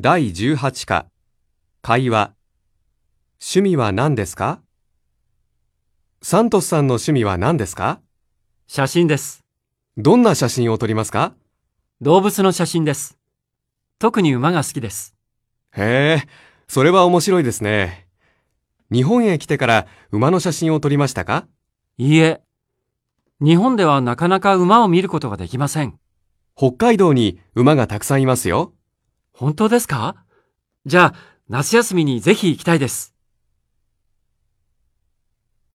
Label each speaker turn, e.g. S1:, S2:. S1: 第18課会話趣味は何ですかサントスさんの趣味は何ですか
S2: 写真です。
S1: どんな写真を撮りますか
S2: 動物の写真です。特に馬が好きです。
S1: へえ、それは面白いですね。日本へ来てから馬の写真を撮りましたか
S2: いいえ。日本ではなかなか馬を見ることができません。
S1: 北海道に馬がたくさんいますよ。
S2: 本当ですかじゃあ、夏休みにぜひ行きたいです。